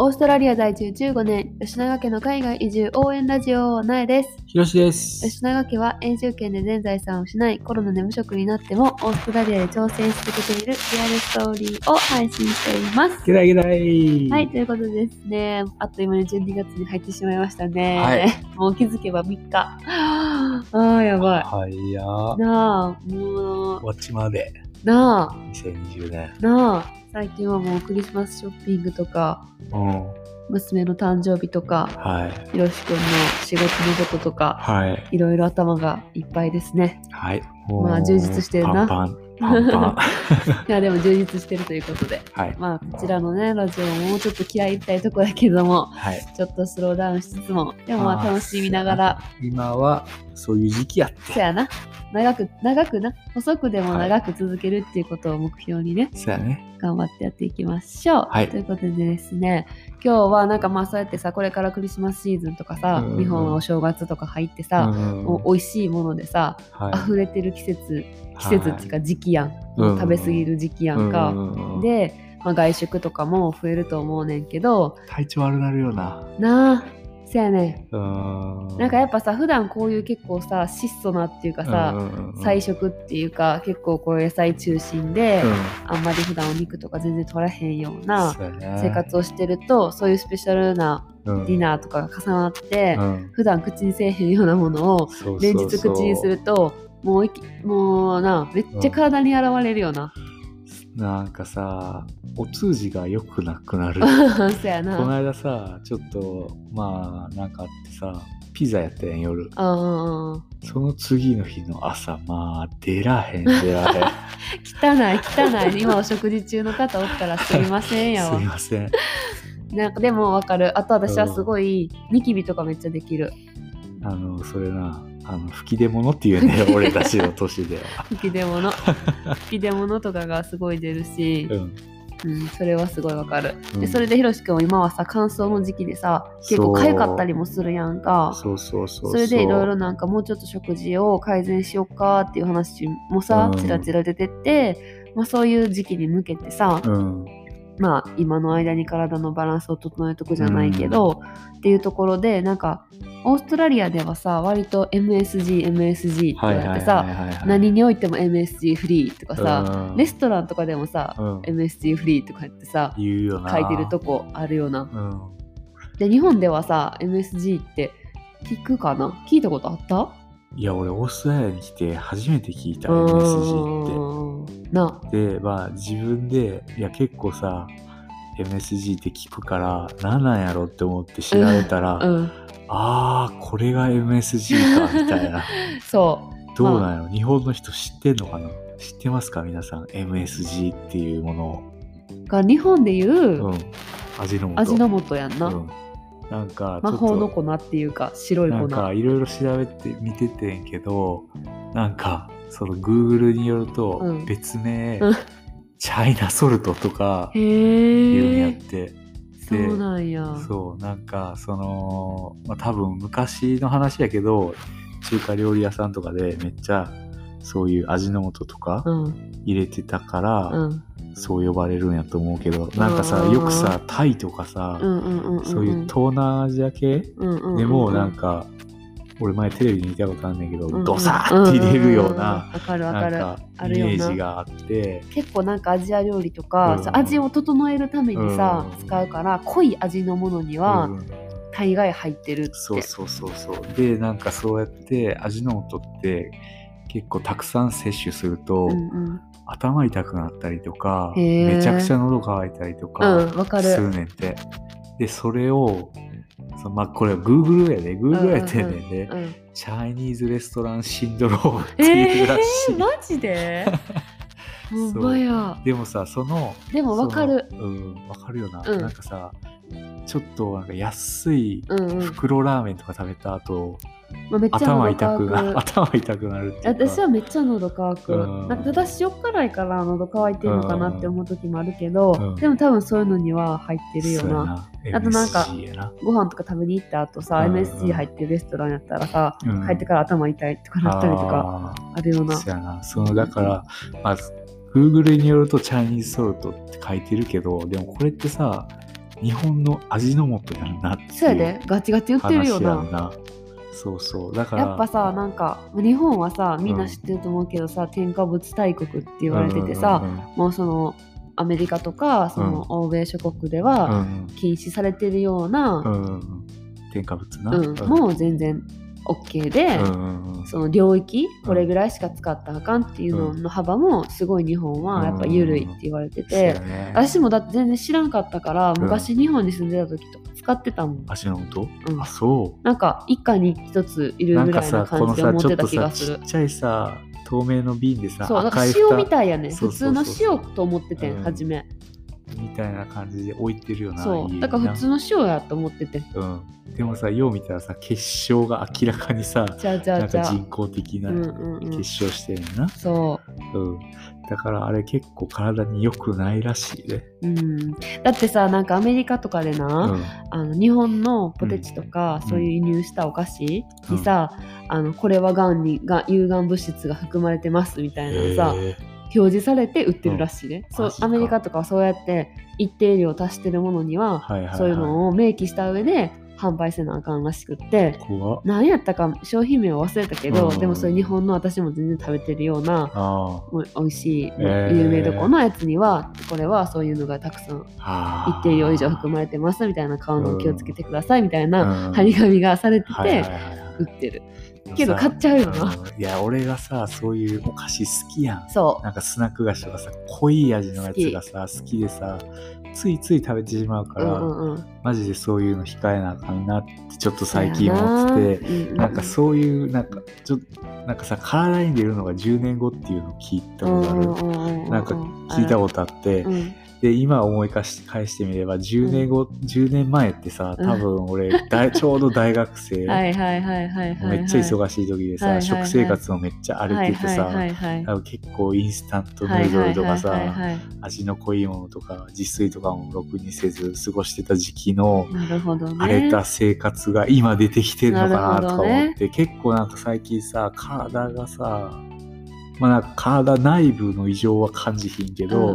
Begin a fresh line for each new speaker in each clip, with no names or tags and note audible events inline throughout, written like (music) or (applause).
オーストラリア在住15年、吉永家の海外移住応援ラジオ、なえです。
ひろしです。
吉永家は永住権で全財産を失い、コロナで無職になっても、オーストラリアで挑戦し続けているリアルストーリーを配信しています。
ゲラゲラい。
はい、ということでですね、あっという間に12月に入ってしまいましたね。
はい
(laughs) もう気づけば3日。ああ、やば
はいやー
い。。なあ、もう
終、わっちまうで、
なあ、
2020年。
なあ、最近はもうクリスマスショッピングとか、
うん。
娘の誕生日とか、
はい。
ひろしくんの仕事のこととか、
はい。
いろいろ頭がいっぱいですね。
はい。
まあ
もう
充実してるな
パンパン。 (laughs) パンパン。
いや、でも充実してるということで。
はい。
まあ、こちらのね、ラジオももうちょっと気合い入ったいとこだけども、
はい。
ちょっとスローダウンしつつも、でもまあ
あー
楽しみながら、
今は、そういう時期やって。
そやな、長く、長くな、細くでも長く続けるっていうことを目標にね、
そうやね。
頑張ってやっていきましょう。
はい
ということでですね、今日はなんかまあそうやってさ、これからクリスマスシーズンとかさ
う、ん
日本はお正月とか入ってさ、
ん
もう美味しいものでさ、
はい
溢れてる季節、季節っていうか時期やん。
うん
食べ過ぎる時期やんか。
か、
で、まあ、外食とかも増えると思うねんけど
体調悪なるよな。
なあせやね
うん
んなんかやっぱさ普段こういう結構さ質素なっていうかさ、菜食っていうか結構こう野菜中心で、あんまり普段お肉とか全然取らへんような生
生
活をしてるとそういうスペシャルな
デ
ディナーとかが重なって、
うん
普段口にせえへんようなものを
そう
連
そ
日口
うそう
にするともういきもうなめっちゃ体に現れるような、 (laughs)
なんかさお通じが良くなくなる
そやな
この間さちょっとまあなんかあってさピザやってん夜
ああ
その次の日の朝まあ出らへん出られん
汚い汚い今お食事中の方おったら (laughs) すいませんや
(laughs) す
わ
いません
なんかでもわかるあと私はすごいニキビとかめっちゃできる
あのそれなあの吹き出物ってい
(laughs)
うね俺たちの年では、
吹き出
(laughs)
物吹き出物とかがすごい出るし
う、ん、
うん、それはすごいわかる、
うん
でそれでひろしくんは今はさ乾燥の時期でさ結構
そう
痒かったりもするやんかそ
そうそうそうう
れでいろいろなんかもうちょっと食事を改善しようかっていう話もさ
うん
ちらちら出てって、まあ、そういう時期に向けてさ、
うん
まあ、今の間に体のバランスを整えとくじゃないけど、っていうところでなんかオーストラリアではさ割と MSGMSG って
はい
言っ
はい
てさ、
はいはいはい
何においても MSG フリーとかさ、
うん
レストランとかでもさ、
うん
MSG フリーとかやってさ
言うよな
書いてるとこあるような
うん
で日本ではさ MSG って聞くかな聞いたことあった
いや俺オーストラリアに来て初めて聞いた MSG って
MSG ってな
でまあ自分でいや結構さ MSG って聞くから何なんやろって思って調べたら、
うん
あーこれが MSG かみ
(laughs)
たいな
そう
どうなんやろ日本の人知ってんのかな知ってますか皆さん MSG っていうもの
が日本でいう、
を、うん、味の素
味の素やんな、
うん、なんかちょっ
魔
と
法の粉っていうか白い
な
粉
んかいろいろ調べて見ててんけどなんかその Google によると
うん
別名、
うん
チャイナソルトとか
へ
言うんやっ
え
て。
そうなんや
そうなんかその、まあ、多分昔の話やけど中華料理屋さんとかでめっちゃそういう味の素とか
うん
入れてたから、
うん
そう呼ばれるんやと思うけどなんかさ
うん
よくさタイとかさ、
うんうんうんん
そういう東南アジア系
うんうんうん
でもなんか、俺前テレビで見たことあんねんけど、ドサーって入れるよう
うんんん
な、
わかるわ
な
か
ん
る
か
あ
イ
るよな
メージがあって
結構なんかアジア料理とか、
うん
そう味を整えるためにさ、
うん
使うから濃い味のものには
うん
大概入ってるって、
そうそうそうそうでなんかそうやって味の素って結構たくさん摂取する
う
と、
んうん
頭痛くなったりとか
へー
めちゃくちゃ喉乾いたりと
う
か
んわか
す
る
るねんて、でそれをそのまあこれは Google やで Google やってんねんで、
うん
チャイニーズレストランシンドロームっていうらしい、
えー、マジ
(laughs)
でほ
うん
まや
でもさその
でもわかる
そのうんわかるよな、
うん
なんかさちょっとなんか安い
うんうん、
袋ラーメンとか食べた後、
まあ、めっちゃ
頭
喉
痛
乾
くな
く
(laughs) 頭痛くなるっていうか
私はめっちゃ喉乾く、
うん
なんかただ塩辛いから喉乾いてるのかなって思う時もあるけど、
うん
でも多分そういうのには入ってるよ
そうや
な
な
あとなんか
MSG やな
ご飯とか食べに行った後さ、
うん
MSG 入ってるレストランやったらさ、
うん
帰ってから頭痛いとかなったりとか
あ
あるよう
ー
な
そうやなそのだから、まあ、Google によるとチャイニーズソルトって書いてるけどでもこれってさ日本の味の素やんなって
そうや
い
で
う
ガチガチ言ってる
話
よ
やん
な
な。そうそう。だから、
やっぱさなんか日本はさみんな知ってると思うけどさ、添加物大国って言われててさ、もうそのアメリカとかその欧米諸国で
うんう
は
ん
禁止されてるよう
う
な、
ん、うんうんうん添加物な。
うん
うん
もう全然 OK で、
うんうんうん
その領域これぐらいしか使ったらあかんっていうのの幅もすごい日本はやっぱ緩いって言われて
そう
て
や、ね、
私もだって全然知らんかったから
ん
昔日本に住んでた時とか使ってたもん、
足の音、
うん
あ、そう。
なんか一家に一ついる
なん
ぐ
から
い
さ、
の
こ
感
の
じで
さ、
思っ
ちょってと
た気
さ、
が
ち
する
っちゃいさ、透明の瓶でさ、
そうなんか
赤い
塩み
蓋
たいやね
そう
普
そう
通
そう
の塩と思ってて
うん
ん初め
みたいな感じで置いてるよな。
そう
家
だから普通
に
の塩やと思ってて
な。うん。でもさ、よう見たらさ、結晶が明らかにさ、
ちゃうちゃ
な
うんち
か
ゃ
人
う
工的な
うんうんうん
結晶してるな。
そ
うん。だからあれ結構体に良くないらしいね。
う、うん、だってさなんかアメリカとかでな、
うん。
あの日本のポテチとか、
うん
そういう輸入したお菓子にさ、あのこれはがんにが有害物質が含まれてますみたいなのさ、
へ
表示されて売ってるらしいね、
うん
そう
マジか
アメリカとかはそうやって一定量足してるものには、
はいはい、はい。
そういうのを明記した上で販売せなあかんらしくって
怖っ
何やったか商品名は忘れたけど、
うん
でもそれ日本の私も全然食べてるような
あ
もう美味しい、
えー
有名どこのやつにはこれはそういうのがたくさん
あ。
一定量以上含
む
まれてますみたいな買うのを気をつけてくださいみたいな
うん
張り紙がされて
はいはい
て
はいはい
売ってるけど買っちゃうよな。
うんいや、俺がさ、そういうお菓子好きやん。
そ
なんかスナック菓子とかさ、濃い味のやつがさ、好きでさ、ついつい食べてしまう
う
か
う
ら、
んうんうん
マジでそういうの控えなあかんなって、ちょっと最
そう
近
やな
思ってて、
うんうん
なんかそういう、なんか、ちょっと、なんかさ、体に出るのが10年後っていうのを聞いたことある。
うんうんうんうん
なんか聞いたことあって、
うん
で今思い返して返してみれば10年後、10年前ってさ多分俺、
(laughs)
大ちょうど大学生、
はいはいはいはいはいはい
めっちゃ忙しい時でさ、
はいはいはい
食生活もめっちゃ荒れててさ、
はいはい
多分結構インスタント
は
ヌ
い
ードルとか
はいはい
さ
はいはい
味の濃いものとか自炊とかもろくにせず過ごしてた時期の
なるほどね
荒れた生活が今出てきてるのかなとか
なる
思っ
ほ
て、結構なんか最近さ体がさまあなんか体内部の異常は感じひんけど、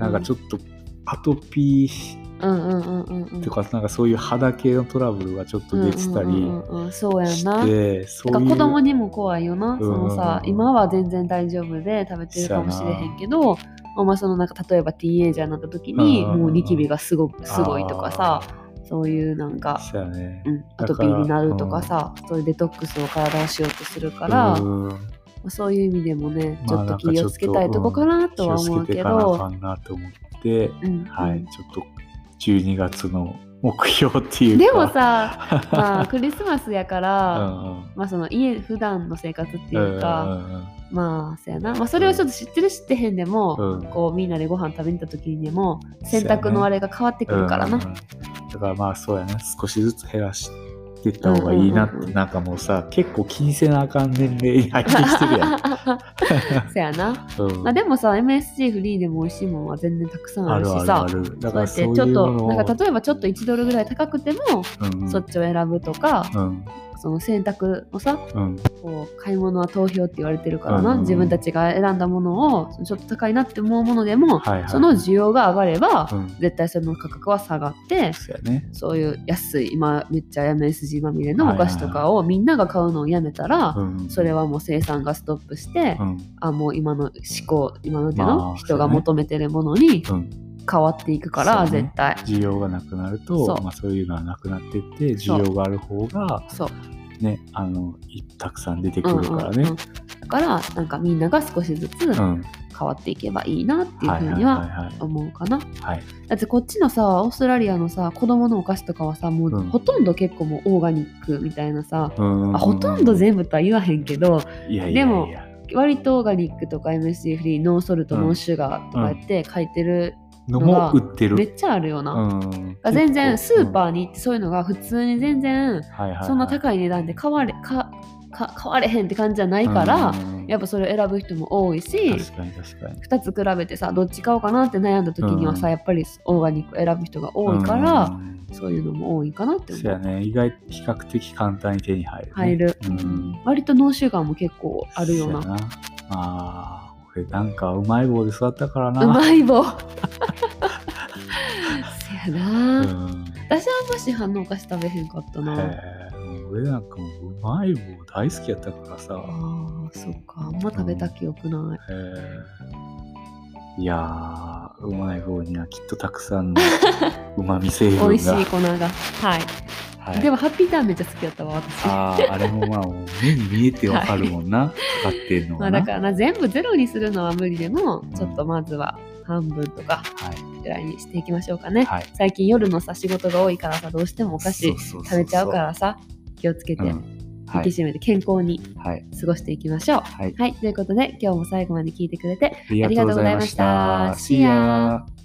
なんかち
ょ
ょっとアトピ
っ
ー
とうんうんうんうんうん
とか、なんかそういう肌系のトラブルがちょっと出てた
うんう
り
んうんうんそうやん
して、
な
そ
だか
うい
ら
う
子供にも怖いよな、
ん
そのさ今は全然大丈夫で食べてるかもしれへんけどお前そのなんか例えばティーンエイジャーになった時に
うん
もうニキビがすごくすごいとかさそういうなんか、
そうやね
うん、アトピーになるとかさそういうデトックスを体をしようとするから
うん
そういう意味でもねちょ
まあ
っ
な
と
んかちょっと
気をつけたいとこかな
気
と
を
は
つ
思う
けて
け
いかなあ
ど
かんなと思って、
うん
は
う
い
ん
ちょっと12月の目標っていうか
でもさまあクリスマスやか
(laughs) う
ら、
んうん
まあその家普段の生活っていうか、
う
まあそうやな、まあ、それをちょっと知ってる知ってへんでも、
うん
こうみんなでご飯食べに行った時にでも
そうや
洗
ね
濯のあれが変わってく
んうん
るからな、
うんうんだからまあそうやね少しずつ減らしてった方がいいなって、
うんうんうんうん
なんかもうさ結構気にせなあかん年齢に入ってきてるやん
(laughs) そうやな、
うん
まあ、でもさ MSG フリーでも美味しいもんは全然たくさんあるしさ
あるある
そ
だ
う
か
や
ら
っ
そ
て
ういう
ちょっ
も
と
のを
なんか例えばちょっと1ドルぐらい高くても、
うんうん
そっちを選ぶとか、
うん
その選択をさ
うん
こう買い物は投票って言われてるからな、
うんうん
自分たちが選んだものをちょっと高いなって思うものでも、
はいはい
その需要が上がれば、
うん
絶対その価格は下がって
そうやね
そういう安い今めっちゃ MSG まみれのお菓子とかをみんなが買うのをやめたら、
うん
それはもう生産がストップして、
うん
あもう今の思考今の手
まあ
の
そう
人
ね
が求めてるものに
うん
変わっていくから、
そうね
絶対
需要がなくなる
そ
と
う
まあ、そういうのはなくなってって需要がある方が
そう、
ねあのいたくさん出てく
うん
る
うん
か
う
らね
ん、だからなんかみんなが少しずつ
う
変
ん
わっていけばいいなっていう
はい
ふう
はい
に
は
はい
はい
思うかな、
はい
だってこっちのさオーストラリアのさ子供のお菓子とかはさもう
うん
ほとんど結構もうオーガニックみたいなさ、
うん
あほとんど全部とは言わへんけど、
いやいやいや
でも割とオーガニックとか MSG フリーノンソルト、
うん
ノンシュガーとかって書いてる、
のも売って
め
る
っちゃあるよな、
うん
が全然スーパ
ー
ーに行ってそういうのが普通に全然そんな
か
高い値段で買われかか買われへんって感じじゃないから、やっぱそれを選ぶ人も多いし
確かに確かに
2つ比べてさどっち買おうかなって悩んだ時にはさ、
うん
やっぱりオーガニック選ぶ人が多いから、
うん
そういうのも多いかなって
そう
思う。
やね意外比較的簡単に手に入るね
入る、
うん
割とノンシュガーも結構あるような
そやまあ、 (laughs)
(laughs)
俺なんかうまい棒で育ったから
う
な。
まい棒せやな、
うん
私はあんま市販のお菓子食べへんかったな、
へえもう俺なんかもううまい棒大好きやったからさ、へ
ああそっかあんま食べた記憶ない、
えいやーうまい棒にはきっとたくさ
(laughs)
んのうまみ成分が
美味しい粉がはい、
はい、
でもハッピーターンめっちゃ好きやったわ私
あああれもまあもう目に見えてわかるもんな、かかってんの
ま
が
あ
な、
だからな全部ゼロにするのは無理でもちょっとまずは半分とか
はい
ぐらいにしていきましょうかね、
はい
最近夜のさ仕事が多いからさどうしてもお菓子
食
食べちゃうからさ気をつけて
う
引
ん、
き
はい
締めて健康に
はい
過ごしていきましょう、
はい
はい、ということで今日も最後まで聞いてくれて
ありがとうございました
ありがとうございました See ya